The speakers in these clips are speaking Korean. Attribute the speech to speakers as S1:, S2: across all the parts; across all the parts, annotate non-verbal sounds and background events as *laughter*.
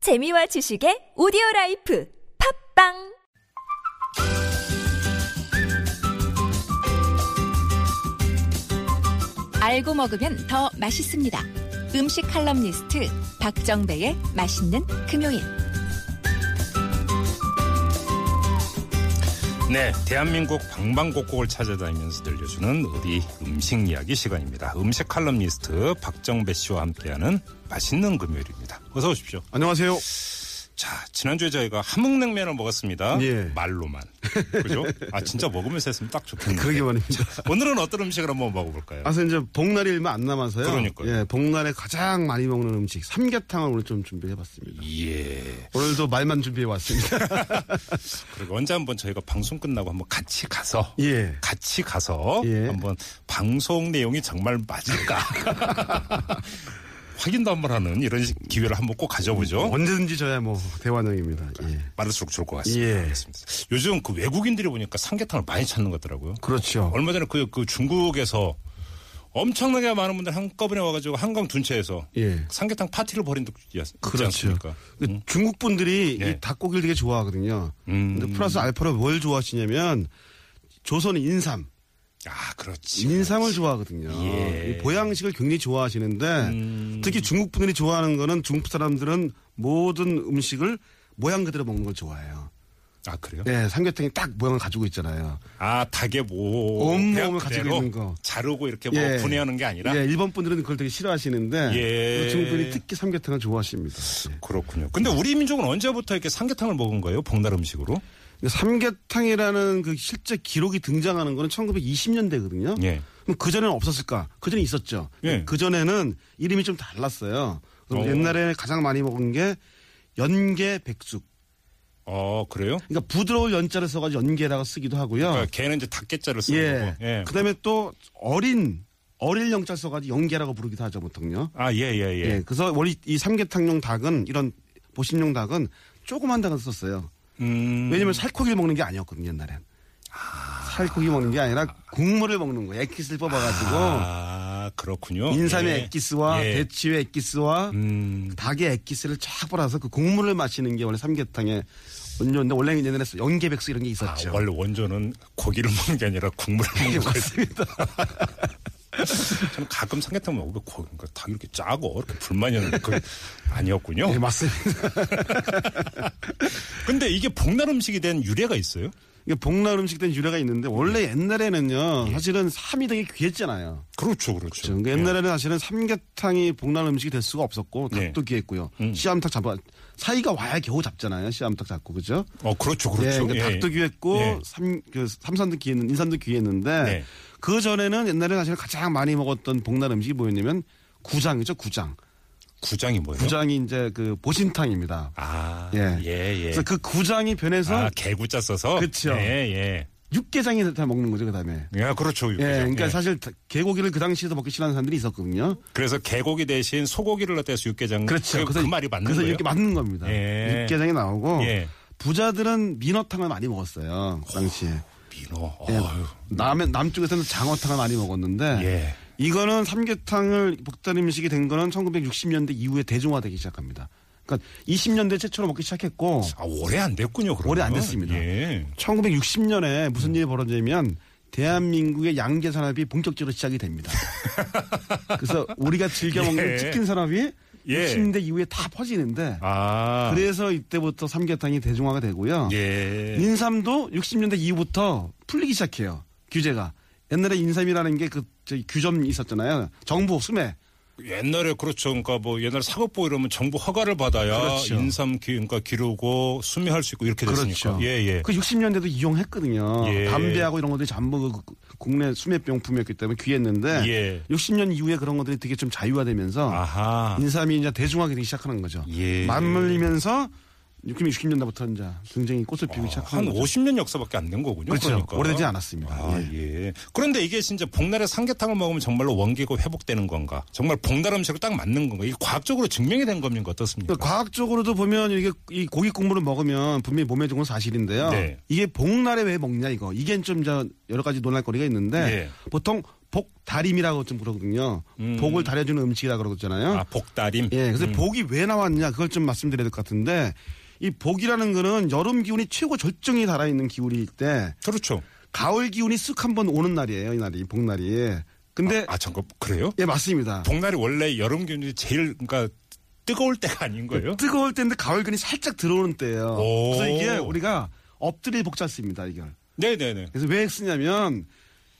S1: 재미와 지식의 오디오 라이프 팝빵
S2: 알고 먹으면 더 맛있습니다. 음식 칼럼니스트 박정배의 맛있는 금요일.
S3: 네, 대한민국 방방곡곡을 찾아다니면서 들려주는 어디 음식 이야기 시간입니다. 음식 칼럼니스트 박정배 씨와 함께하는 맛있는 금요일입니다. 어서 오십시오.
S4: 안녕하세요.
S3: 자, 지난주에 저희가 함흥냉면을 먹었습니다.
S4: 예.
S3: 말로만. 그죠? 아, 진짜 먹으면서 했으면 딱 좋겠네요.
S4: 그러게 *laughs* 말입니다.
S3: 오늘은 어떤 음식을 한번 먹어볼까요?
S4: 아, 그래서 이제 복날이 얼마 안 남아서요.
S3: 그러니까요.
S4: 예, 복날에 가장 많이 먹는 음식 삼계탕을 오늘 좀 준비해봤습니다.
S3: 예.
S4: 오늘도 말만 준비해왔습니다.
S3: 그리고 언제 한번 저희가 방송 끝나고 한번 같이 가서
S4: 예.
S3: 같이 가서
S4: 예.
S3: 한번 방송 내용이 정말 맞을까 *laughs* 확인도 한번 하는 이런 시- 기회를 한번 꼭 가져보죠.
S4: *laughs* 언제든지 저야 뭐 대환영입니다. 예.
S3: 말할수록 좋을 것 같습니다.
S4: 예.
S3: 알겠습니다. 요즘 그 외국인들이 보니까 삼계탕을 많이 찾는 것 같더라고요.
S4: 그렇죠.
S3: 얼마 전에 그, 그 중국에서 엄청나게 많은 분들 한꺼번에 와가지고 한강 둔체에서
S4: 예.
S3: 삼계탕 파티를 벌인 적 있지 않- 있지
S4: 그렇죠.
S3: 않습니까?
S4: 그 중국 분들이
S3: 예.
S4: 이 닭고기를 되게 좋아하거든요.
S3: 음.
S4: 근데 플러스 알파로 뭘 좋아하시냐면 조선 인삼,
S3: 아, 그렇지.
S4: 인삼을 좋아하거든요.
S3: 예. 음.
S4: 이 보양식을 굉장히 좋아하시는데 특히 중국 분들이 좋아하는 거는 중국 사람들은 모든 음식을 모양 그대로 먹는 걸 좋아해요.
S3: 아, 그래요?
S4: 네, 삼계탕이 딱 모양을 가지고 있잖아요.
S3: 아, 닭의 모.
S4: 온몸을
S3: 그냥
S4: 가지고
S3: 그대로
S4: 있는 거.
S3: 자르고 이렇게 뭐
S4: 예.
S3: 분해하는 게 아니라.
S4: 예, 일본 분들은 그걸 되게 싫어하시는데
S3: 예.
S4: 중국 분이 특히 삼계탕을 좋아하십니다. 예.
S3: 그렇군요. 근데 우리 민족은 언제부터 이렇게 삼계탕을 먹은 거예요? 복날 음식으로?
S4: 근데 삼계탕이라는 그 실제 기록이 등장하는 거는 1920년대거든요.
S3: 예.
S4: 그럼 그 전에는 없었을까? 그 전에 있었죠.
S3: 예.
S4: 그 전에는 이름이 좀 달랐어요. 그럼
S3: 어.
S4: 옛날에 가장 많이 먹은 게 연계 백숙.
S3: 어, 그래요?
S4: 그러니까 부드러울 연자를 써가지고 연계라고 쓰기도 하고요.
S3: 그러니까 걔는 이제 닭게자를 쓰는
S4: 어. 예.
S3: 거고. 예.
S4: 그다음에 또 어린 어릴 영자 써가지고 연계라고 부르기도 하죠 보통요.
S3: 아, 예, 예,
S4: 예.
S3: 예.
S4: 그래서 원래 이 삼계탕용 닭은 이런 보신용 닭은 조그만 닭을 썼어요.
S3: 음. 아.
S4: 왜냐면 살코기를 먹는 게 아니었거든요 옛날엔. 살코기 먹는 게 아니라 국물을 먹는 거예요. 액기스를 뽑아가지고
S3: 아, 그렇군요.
S4: 인삼의
S3: 예.
S4: 액기스와
S3: 예.
S4: 대추의 액기스와
S3: 음.
S4: 닭의 액기스를 쫙 빨아서 그 국물을 마시는 게 원래 삼계탕의 원조인데 원래 옛날에 연계백수 이런 게
S3: 아,
S4: 있었죠.
S3: 원래 원조는 고기를 *laughs* 먹는 게 아니라 국물을 먹는
S4: *laughs*
S3: 거였습니다. 저는 가끔 삼계탕 먹으면 고, 그러니까 닭 이렇게 짜고 이렇게 불만이었는데 그게 아니었군요.
S4: 예, 맞습니다.
S3: 근데 이게 복날 음식이 된 유래가 있어요?
S4: 이게 복날 음식 된 유래가 있는데 원래
S3: 음. 예.
S4: 옛날에는요 사실은 삼이 되게 귀했잖아요.
S3: 그렇죠, 그렇죠.
S4: 그러니까 옛날에는 사실은 삼계탕이 복날 음식이 될 수가 없었고
S3: 예.
S4: 닭도 귀했고요. 씨암탉 잡아 사이가 와야 겨우 잡잖아요. 씨암탉 잡고 그죠?
S3: 예. 어, 그렇죠, 그렇죠.
S4: 예, 그러니까
S3: 예.
S4: 닭도 귀했고
S3: 예.
S4: 삼, 그 삼산도 귀했는 인삼도 귀했는데
S3: 네.
S4: 그 전에는 옛날에 사실 가장 많이 먹었던 복날 음식이 뭐였냐면 구장이죠 구장.
S3: 구장이 뭐예요?
S4: 구장이 이제 그 보신탕입니다.
S3: 아,
S4: 예.
S3: 예, 예.
S4: 그래서 그 구장이 변해서
S3: 아, 개구자 써서.
S4: 그쵸.
S3: 예,
S4: 육개장이 다 먹는 거죠 그다음에.
S3: 예. 야, 그렇죠.
S4: 예, 그러니까
S3: 예.
S4: 사실 다- 개고기를 그 당시에도 먹기 싫어하는 사람들이 있었거든요.
S3: 그래서 개고기 대신 소고기를 넣어서 육개장. 그, 그 말이 맞는
S4: 그렇죠. 그래서
S3: 거예요.
S4: 이렇게 맞는 겁니다.
S3: 예.
S4: 육개장이 나오고
S3: 예.
S4: 부자들은 민어탕을 많이 먹었어요 그 당시에.
S3: 민어.
S4: 예.
S3: 어휴.
S4: 남의 남쪽에서는 장어탕을 많이 먹었는데
S3: 예.
S4: 이거는 삼계탕을 복단 음식이 된 거는 1960년대 이후에 대중화되기 시작합니다. 그러니까 20년대 최초로 먹기 시작했고
S3: 아, 오래 안 됐군요, 그러면.
S4: 오래 안 됐습니다.
S3: 예.
S4: 1960년에 무슨 일이 벌어지냐면 대한민국의 양계 산업이 본격적으로
S3: *laughs*
S4: 시작이 됩니다. 그래서 우리가 즐겨 먹는
S3: 예.
S4: 치킨 산업이
S3: 예.
S4: 60년대 이후에 다 퍼지는데
S3: 아.
S4: 그래서 이때부터 삼계탕이 대중화가 되고요.
S3: 예.
S4: 인삼도 60년대 이후부터 풀리기 시작해요. 규제가. 옛날에 인삼이라는 게 그 규점 있었잖아요. 정부 수매.
S3: 옛날에 그렇죠. 그러니까 뭐 옛날 사법부 이러면 정부 허가를 받아야
S4: 그렇죠.
S3: 인삼 기, 그러니까 기르고 수매할 수 있고 이렇게 됐으니까. 예, 예.
S4: 그 60년대도 이용했거든요.
S3: 예.
S4: 담배하고 이런 것들이 전부 그 국내 수매병품이었기 때문에 귀했는데
S3: 예.
S4: 60년 이후에 그런 것들이 되게 좀 자유화되면서
S3: 아하.
S4: 인삼이 이제 대중화가 되기 시작하는 거죠.
S3: 예.
S4: 맞물리면서 60년대부터 이제 굉장히 꽃을 피우기
S3: 아, 한
S4: 시작하는 거죠.
S3: 50년 역사밖에 안 된 거군요. 아.
S4: 그렇죠.
S3: 러니까
S4: 오래되지 않았습니다. 예.
S3: 그런데 이게 진짜 복날에 삼계탕을 먹으면 정말로 원기고 회복되는 건가? 정말 복날 음식으로 딱 맞는 건가? 이게 과학적으로 증명이 된 겁니까? 어떻습니까?
S4: 그러니까 과학적으로도 보면 이게 이 고기 국물을 먹으면 분명히 몸에 좋은 건 사실인데요.
S3: 네.
S4: 이게 복날에 왜 먹냐 이거. 이게 좀 저 여러 가지 논란거리가 있는데
S3: 예. 음.
S4: 보통 복다림이라고 좀 그러거든요. 복을 다려주는 음식이라 그러잖아요.
S3: 아, 복다림.
S4: 예, 그래서 복이 왜 나왔냐 그걸 좀 말씀드려야 될 것 같은데 이 복이라는 거는 여름 기운이 최고 절정이 달아있는 기운일 때
S3: 그렇죠.
S4: 가을 기운이 쓱 한번 오는 날이에요. 이 날이 복날이. 근데
S3: 아, 잠깐 그래요?
S4: 예 맞습니다.
S3: 복날이 원래 여름 기운이 제일 그러니까 뜨거울 때가 아닌 거예요?
S4: 뜨거울 때인데 가을 기운이 살짝 들어오는 때예요.
S3: 그렇죠? 오.
S4: 그래서 이게 우리가 엎드릴 복자 씁니다. 이걸.
S3: 네, 네, 네.
S4: 그래서 왜 쓰냐면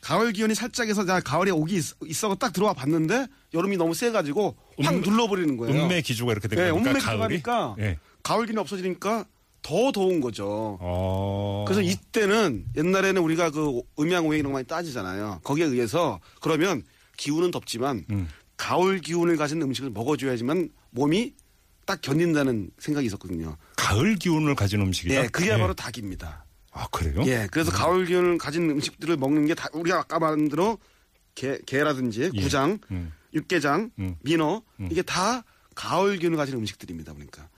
S4: 가을 기운이 살짝 해서 나 가을에 오기 있, 어서딱 들어와 봤는데 여름이 너무 세가지고 확
S3: 음,
S4: 눌러버리는 거예요.
S3: 음매 기조가 이렇게
S4: 예,
S3: 되니까 가을이.
S4: 온맥 들어가니까
S3: 예.
S4: 가을 기운이 없어지니까 더 더운 거죠.
S3: 어.
S4: 그래서 이때는 옛날에는 우리가 그 음양오행 이런 거 많이 따지잖아요. 거기에 의해서 그러면 기운은 덥지만
S3: 음.
S4: 가을 기운을 가진 음식을 먹어줘야지만 몸이 딱 견딘다는 생각이 있었거든요.
S3: 가을 기운을 가진 음식이다.
S4: 예, 그게야말로
S3: 예.
S4: 닭입니다.
S3: 아, 그래요?
S4: 예, 그래서 가을 기운을 가진 음식들을 먹는 게 다, 우리가 아까 말한 대로 게, 게라든지
S3: 예.
S4: 구장,
S3: 음.
S4: 육개장,
S3: 음.
S4: 민어 이게 다 가을 기운을 가진 음식들입니다. 그러니까.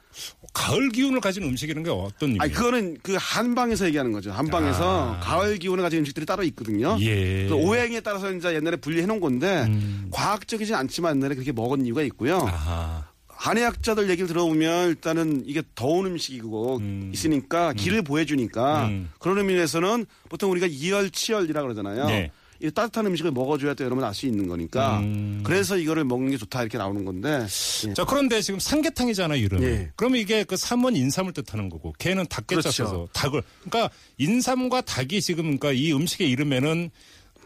S3: 가을 기운을 가진 음식이라는 게 어떤 의미예요?
S4: 아니 그거는 그 한방에서 얘기하는 거죠. 한방에서
S3: 아.
S4: 가을 기운을 가진 음식들이 따로 있거든요.
S3: 예.
S4: 그래서 오행에 따라서 이제 옛날에 분리해 놓은 건데 과학적이진 않지만 옛날에 그렇게 먹은 이유가 있고요.
S3: 아하.
S4: 한의학자들 얘기를 들어보면 일단은 이게 더운 음식이고 있으니까 기를 보여주니까
S3: 음.
S4: 그런 의미에서는 보통 우리가 이열치열이라 그러잖아요.
S3: 네.
S4: 이 따뜻한 음식을 먹어줘야 또 여러분 알 수 있는 거니까 그래서 이거를 먹는 게 좋다 이렇게 나오는 건데 예.
S3: 자, 그런데 지금 삼계탕이잖아요, 이름이.
S4: 예.
S3: 그러면 이게 그 삼원 인삼을 뜻하는 거고, 개는 닭깨
S4: 그렇죠.
S3: 짝어서 닭을. 그러니까 인삼과 닭이 지금 그러니까 이 음식의 이름에는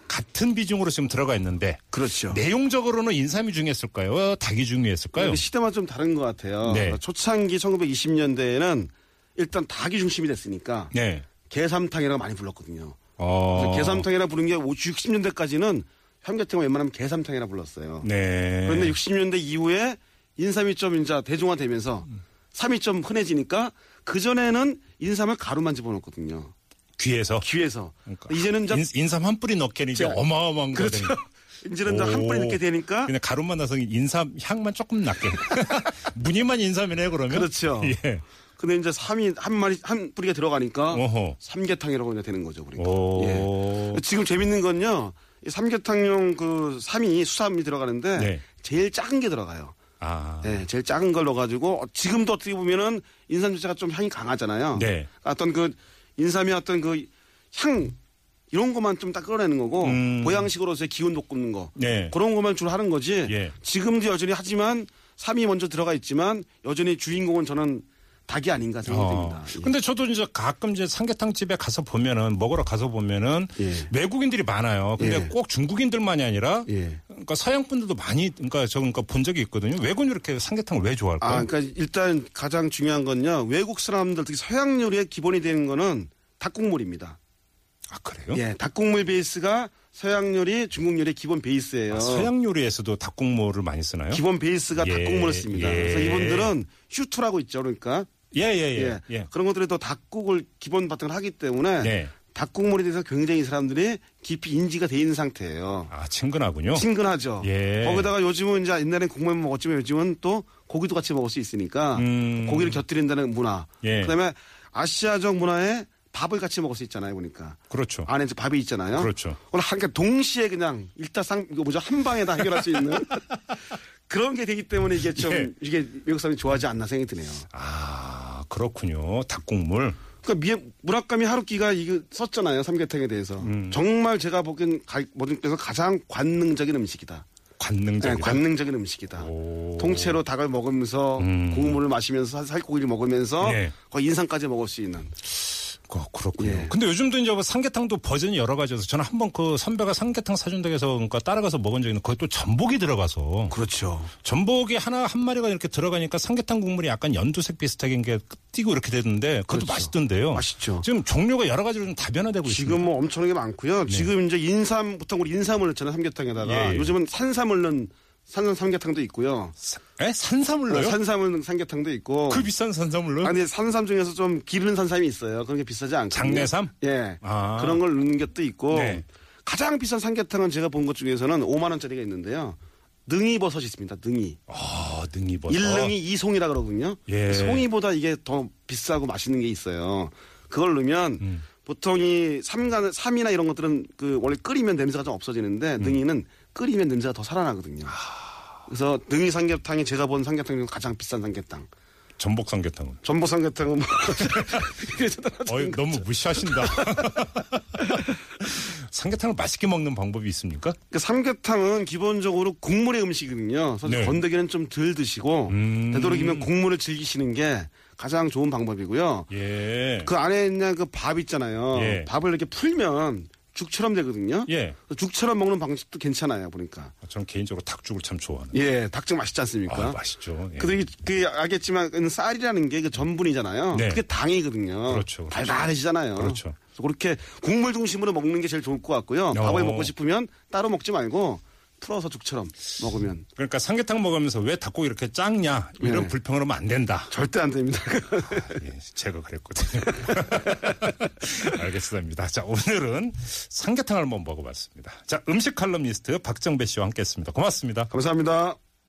S3: 같은 비중으로 지금 들어가 있는데
S4: 그렇죠.
S3: 내용적으로는 인삼이 중요했을까요? 닭이 중요했을까요?
S4: 그 시대만 좀 다른 것 같아요.
S3: 그러니까
S4: 그러니까
S3: 네.
S4: 초창기 1920년대에는 일단 닭이 중심이 됐으니까
S3: 네.
S4: 개삼탕이라고 많이 불렀거든요.
S3: 어.
S4: 그래서 개삼탕이라 부른 게 60년대까지는 삼계탕을 웬만하면 개삼탕이라 불렀어요.
S3: 네.
S4: 그런데 60년대 이후에 인삼이 좀 이제 대중화되면서 삼이 좀 흔해지니까 그 전에는 인삼을 가루만 집어넣었거든요.
S3: 귀에서
S4: 귀에서
S3: 그러니까
S4: 이제는 이제
S3: 인, 삼한 뿌리 넣기는 이제
S4: 자,
S3: 어마어마한 거죠.
S4: 그렇죠. 이제는 이제 한 뿌리 넣게 되니까
S3: 그냥 가루만 나서 인삼 향만 조금
S4: *laughs*
S3: 낮게. 무늬만 인삼이네 그러면. *laughs*
S4: 그렇죠.
S3: 예.
S4: 근데 이제 삼이 한 마리 한 뿌리가 들어가니까
S3: 어허.
S4: 삼계탕이라고 이제 되는 거죠, 그러니까.
S3: 오.
S4: 예. 지금 재밌는 건요. 이 삼계탕용 그 삼이 수삼이 들어가는데
S3: 네.
S4: 제일 작은 게 들어가요.
S3: 아.
S4: 네, 제일 작은 걸 넣어가지고 어, 지금도 어떻게 보면은 인삼 자체가 좀 향이 강하잖아요.
S3: 네.
S4: 어떤 그 인삼의 어떤 그 향 이런 것만 좀 딱 끌어내는 거고
S3: 음.
S4: 보양식으로서의 기운 돋구는 거
S3: 네.
S4: 그런 것만 주로 하는 거지.
S3: 예.
S4: 지금도 여전히 하지만 삼이 먼저 들어가 있지만 여전히 주인공은 저는 닭이 아닌가 생각됩니다.
S3: 어.
S4: 예.
S3: 근데 저도 이제 가끔 이제 삼계탕 집에 가서 보면은 먹으러 가서 보면은
S4: 예.
S3: 외국인들이 많아요. 근데
S4: 예.
S3: 꼭 중국인들만이 아니라
S4: 예.
S3: 그러니까 서양 분들도 많이 그러니까 저 그러니까 본 적이 있거든요. 외국인 이렇게 삼계탕을 왜 좋아할까요?
S4: 아, 그러니까 일단 가장 중요한 건요. 외국 사람들 특히 서양 요리의 기본이 되는 거는 닭국물입니다.
S3: 아, 그래요?
S4: 예, 닭국물 베이스가 서양 요리, 중국 요리의 기본 베이스예요.
S3: 아, 서양 요리에서도 닭국물을 많이 쓰나요?
S4: 어. 기본 베이스가
S3: 예,
S4: 닭국물을 씁니다.
S3: 예.
S4: 그래서 이분들은 슈트라고 있죠, 그러니까.
S3: 예예예.
S4: 예.
S3: 예, 예.
S4: 그런 것들에 또 닭국을 기본 바탕을 하기 때문에
S3: 네.
S4: 닭국물에 대해서 굉장히 이 사람들이 깊이 인지가 돼 있는 상태예요.
S3: 아 친근하군요.
S4: *laughs* 친근하죠.
S3: 예.
S4: 거기다가 요즘은 이제 옛날엔 국물만 먹었지만 요즘은 또 고기도 같이 먹을 수 있으니까
S3: 음.
S4: 고기를 곁들인다는 문화.
S3: 예.
S4: 그다음에 아시아적 문화에 밥을 같이 먹을 수 있잖아요, 보니까.
S3: 그렇죠.
S4: 안에 이제 밥이 있잖아요.
S3: 그렇죠.
S4: 오늘 한, 그러니까 동시에 그냥 일타상, 이거 뭐죠? 한 방에 다 해결할
S3: *laughs*
S4: 수 있는 그런 게 되기 때문에 이게 좀,
S3: 예.
S4: 이게 외국 사람이 좋아하지 않나 생각이 드네요.
S3: 아 그렇군요. 닭국물.
S4: 그러니까 미, 무라카미 하루키가 이거 썼잖아요. 삼계탕에 대해서.
S3: 음.
S4: 정말 제가 보기엔 가, 모든 데서 가장 관능적인 음식이다. 네,
S3: 관능적이다.
S4: 관능적인 음식이다.
S3: 오. 음.
S4: 통째로 닭을 먹으면서 고물을 마시면서 살- 살코기를 먹으면서
S3: 예.
S4: 거의 인상까지 먹을 수 있는.
S3: 어, 그렇군요.
S4: 예.
S3: 근데 요즘도 이제 뭐 삼계탕도 버전이 여러 가지여서 저는 한 번 그 선배가 삼계탕 사준다고 해서 그러니까 따라가서 먹은 적이 있는데 거기 또 전복이 들어가서
S4: 그렇죠.
S3: 전복이 하나 한 마리가 이렇게 들어가니까 삼계탕 국물이 약간 연두색 비슷하게 이게 띄고 이렇게 되는데 그것도
S4: 그렇죠.
S3: 맛있던데요.
S4: 맛있죠.
S3: 지금 종류가 여러 가지로 좀 다변화되고
S4: 지금
S3: 있습니다.
S4: 뭐 엄청나게 많고요. 지금 이제 인삼 보통 우리 인삼을 넣잖아요 삼계탕에다가
S3: 네. 예, 예.
S4: 요즘은 산삼을 넣은 산삼 삼계탕도 있고요.
S3: 사- 에? 산삼을로요?
S4: 산삼을 넣은 삼계탕도 있고.
S3: 그 비싼 산삼을로요?
S4: 아니 산삼 중에서 좀 기르는 산삼이 있어요. 그런 게 비싸지 않고
S3: 장내삼?
S4: 예.
S3: 아.
S4: 그런 걸 넣는 것도 있고
S3: 네.
S4: 가장 비싼 삼계탕은 제가 본 것 중에서는 5만 원짜리가 있는데요. 능이버섯이 있습니다. 능이.
S3: 아, 능이버섯.
S4: 일능이 이송이라 그러거든요.
S3: 예. 음.
S4: 송이보다 이게 더 비싸고 맛있는 게 있어요. 그걸 넣으면 보통 이 삼간 삼이나 이런 것들은 그 원래 끓이면 냄새가 좀 없어지는데
S3: 음.
S4: 능이는 끓이면 냄새가 더 살아나거든요. 그래서 능이 삼계탕이 제가 본 삼계탕 중에서 가장 비싼 삼계탕.
S3: 아, 전복 삼계탕은
S4: 전복 삼계탕은 뭐 *laughs* 그래서
S3: 어이, 너무 무시하신다. *laughs* 삼계탕을 맛있게 먹는 방법이 있습니까?
S4: 그 삼계탕은 기본적으로 국물의 음식이거든요. 사실
S3: 네.
S4: 건더기는 좀 덜 드시고
S3: 음.
S4: 되도록이면 국물을 즐기시는 게 가장 좋은 방법이고요.
S3: 예.
S4: 그 안에 있는 그 밥 있잖아요.
S3: 예.
S4: 밥을 이렇게 풀면 죽처럼 되거든요.
S3: 예.
S4: 죽처럼 먹는 방식도 괜찮아요. 보니까
S3: 저는 개인적으로 닭죽을 참 좋아하는.
S4: 예, 닭죽 맛있지 않습니까?
S3: 아, 맛있죠. 예.
S4: 근데 이게 그 알겠지만 쌀이라는 게 그 전분이잖아요.
S3: 네.
S4: 그게 당이거든요.
S3: 그렇죠, 그렇죠.
S4: 달달해지잖아요.
S3: 그렇죠. 어.
S4: 그래서 그렇게 국물 중심으로 먹는 게 제일 좋을 것 같고요. 밥을 먹고 싶으면 따로 먹지 말고 풀어서 죽처럼 먹으면
S3: 그러니까 삼계탕 먹으면서 왜 닭고기 이렇게 짱냐 이런
S4: 네.
S3: 불평을 하면 안 된다.
S4: 절대 안 됩니다. *laughs*
S3: 예, 제가 그랬거든요. *laughs* 알겠습니다. 자 오늘은 삼계탕을 한번 먹어봤습니다. 자 음식 칼럼니스트 박정배 씨와 함께했습니다. 고맙습니다.
S4: 감사합니다.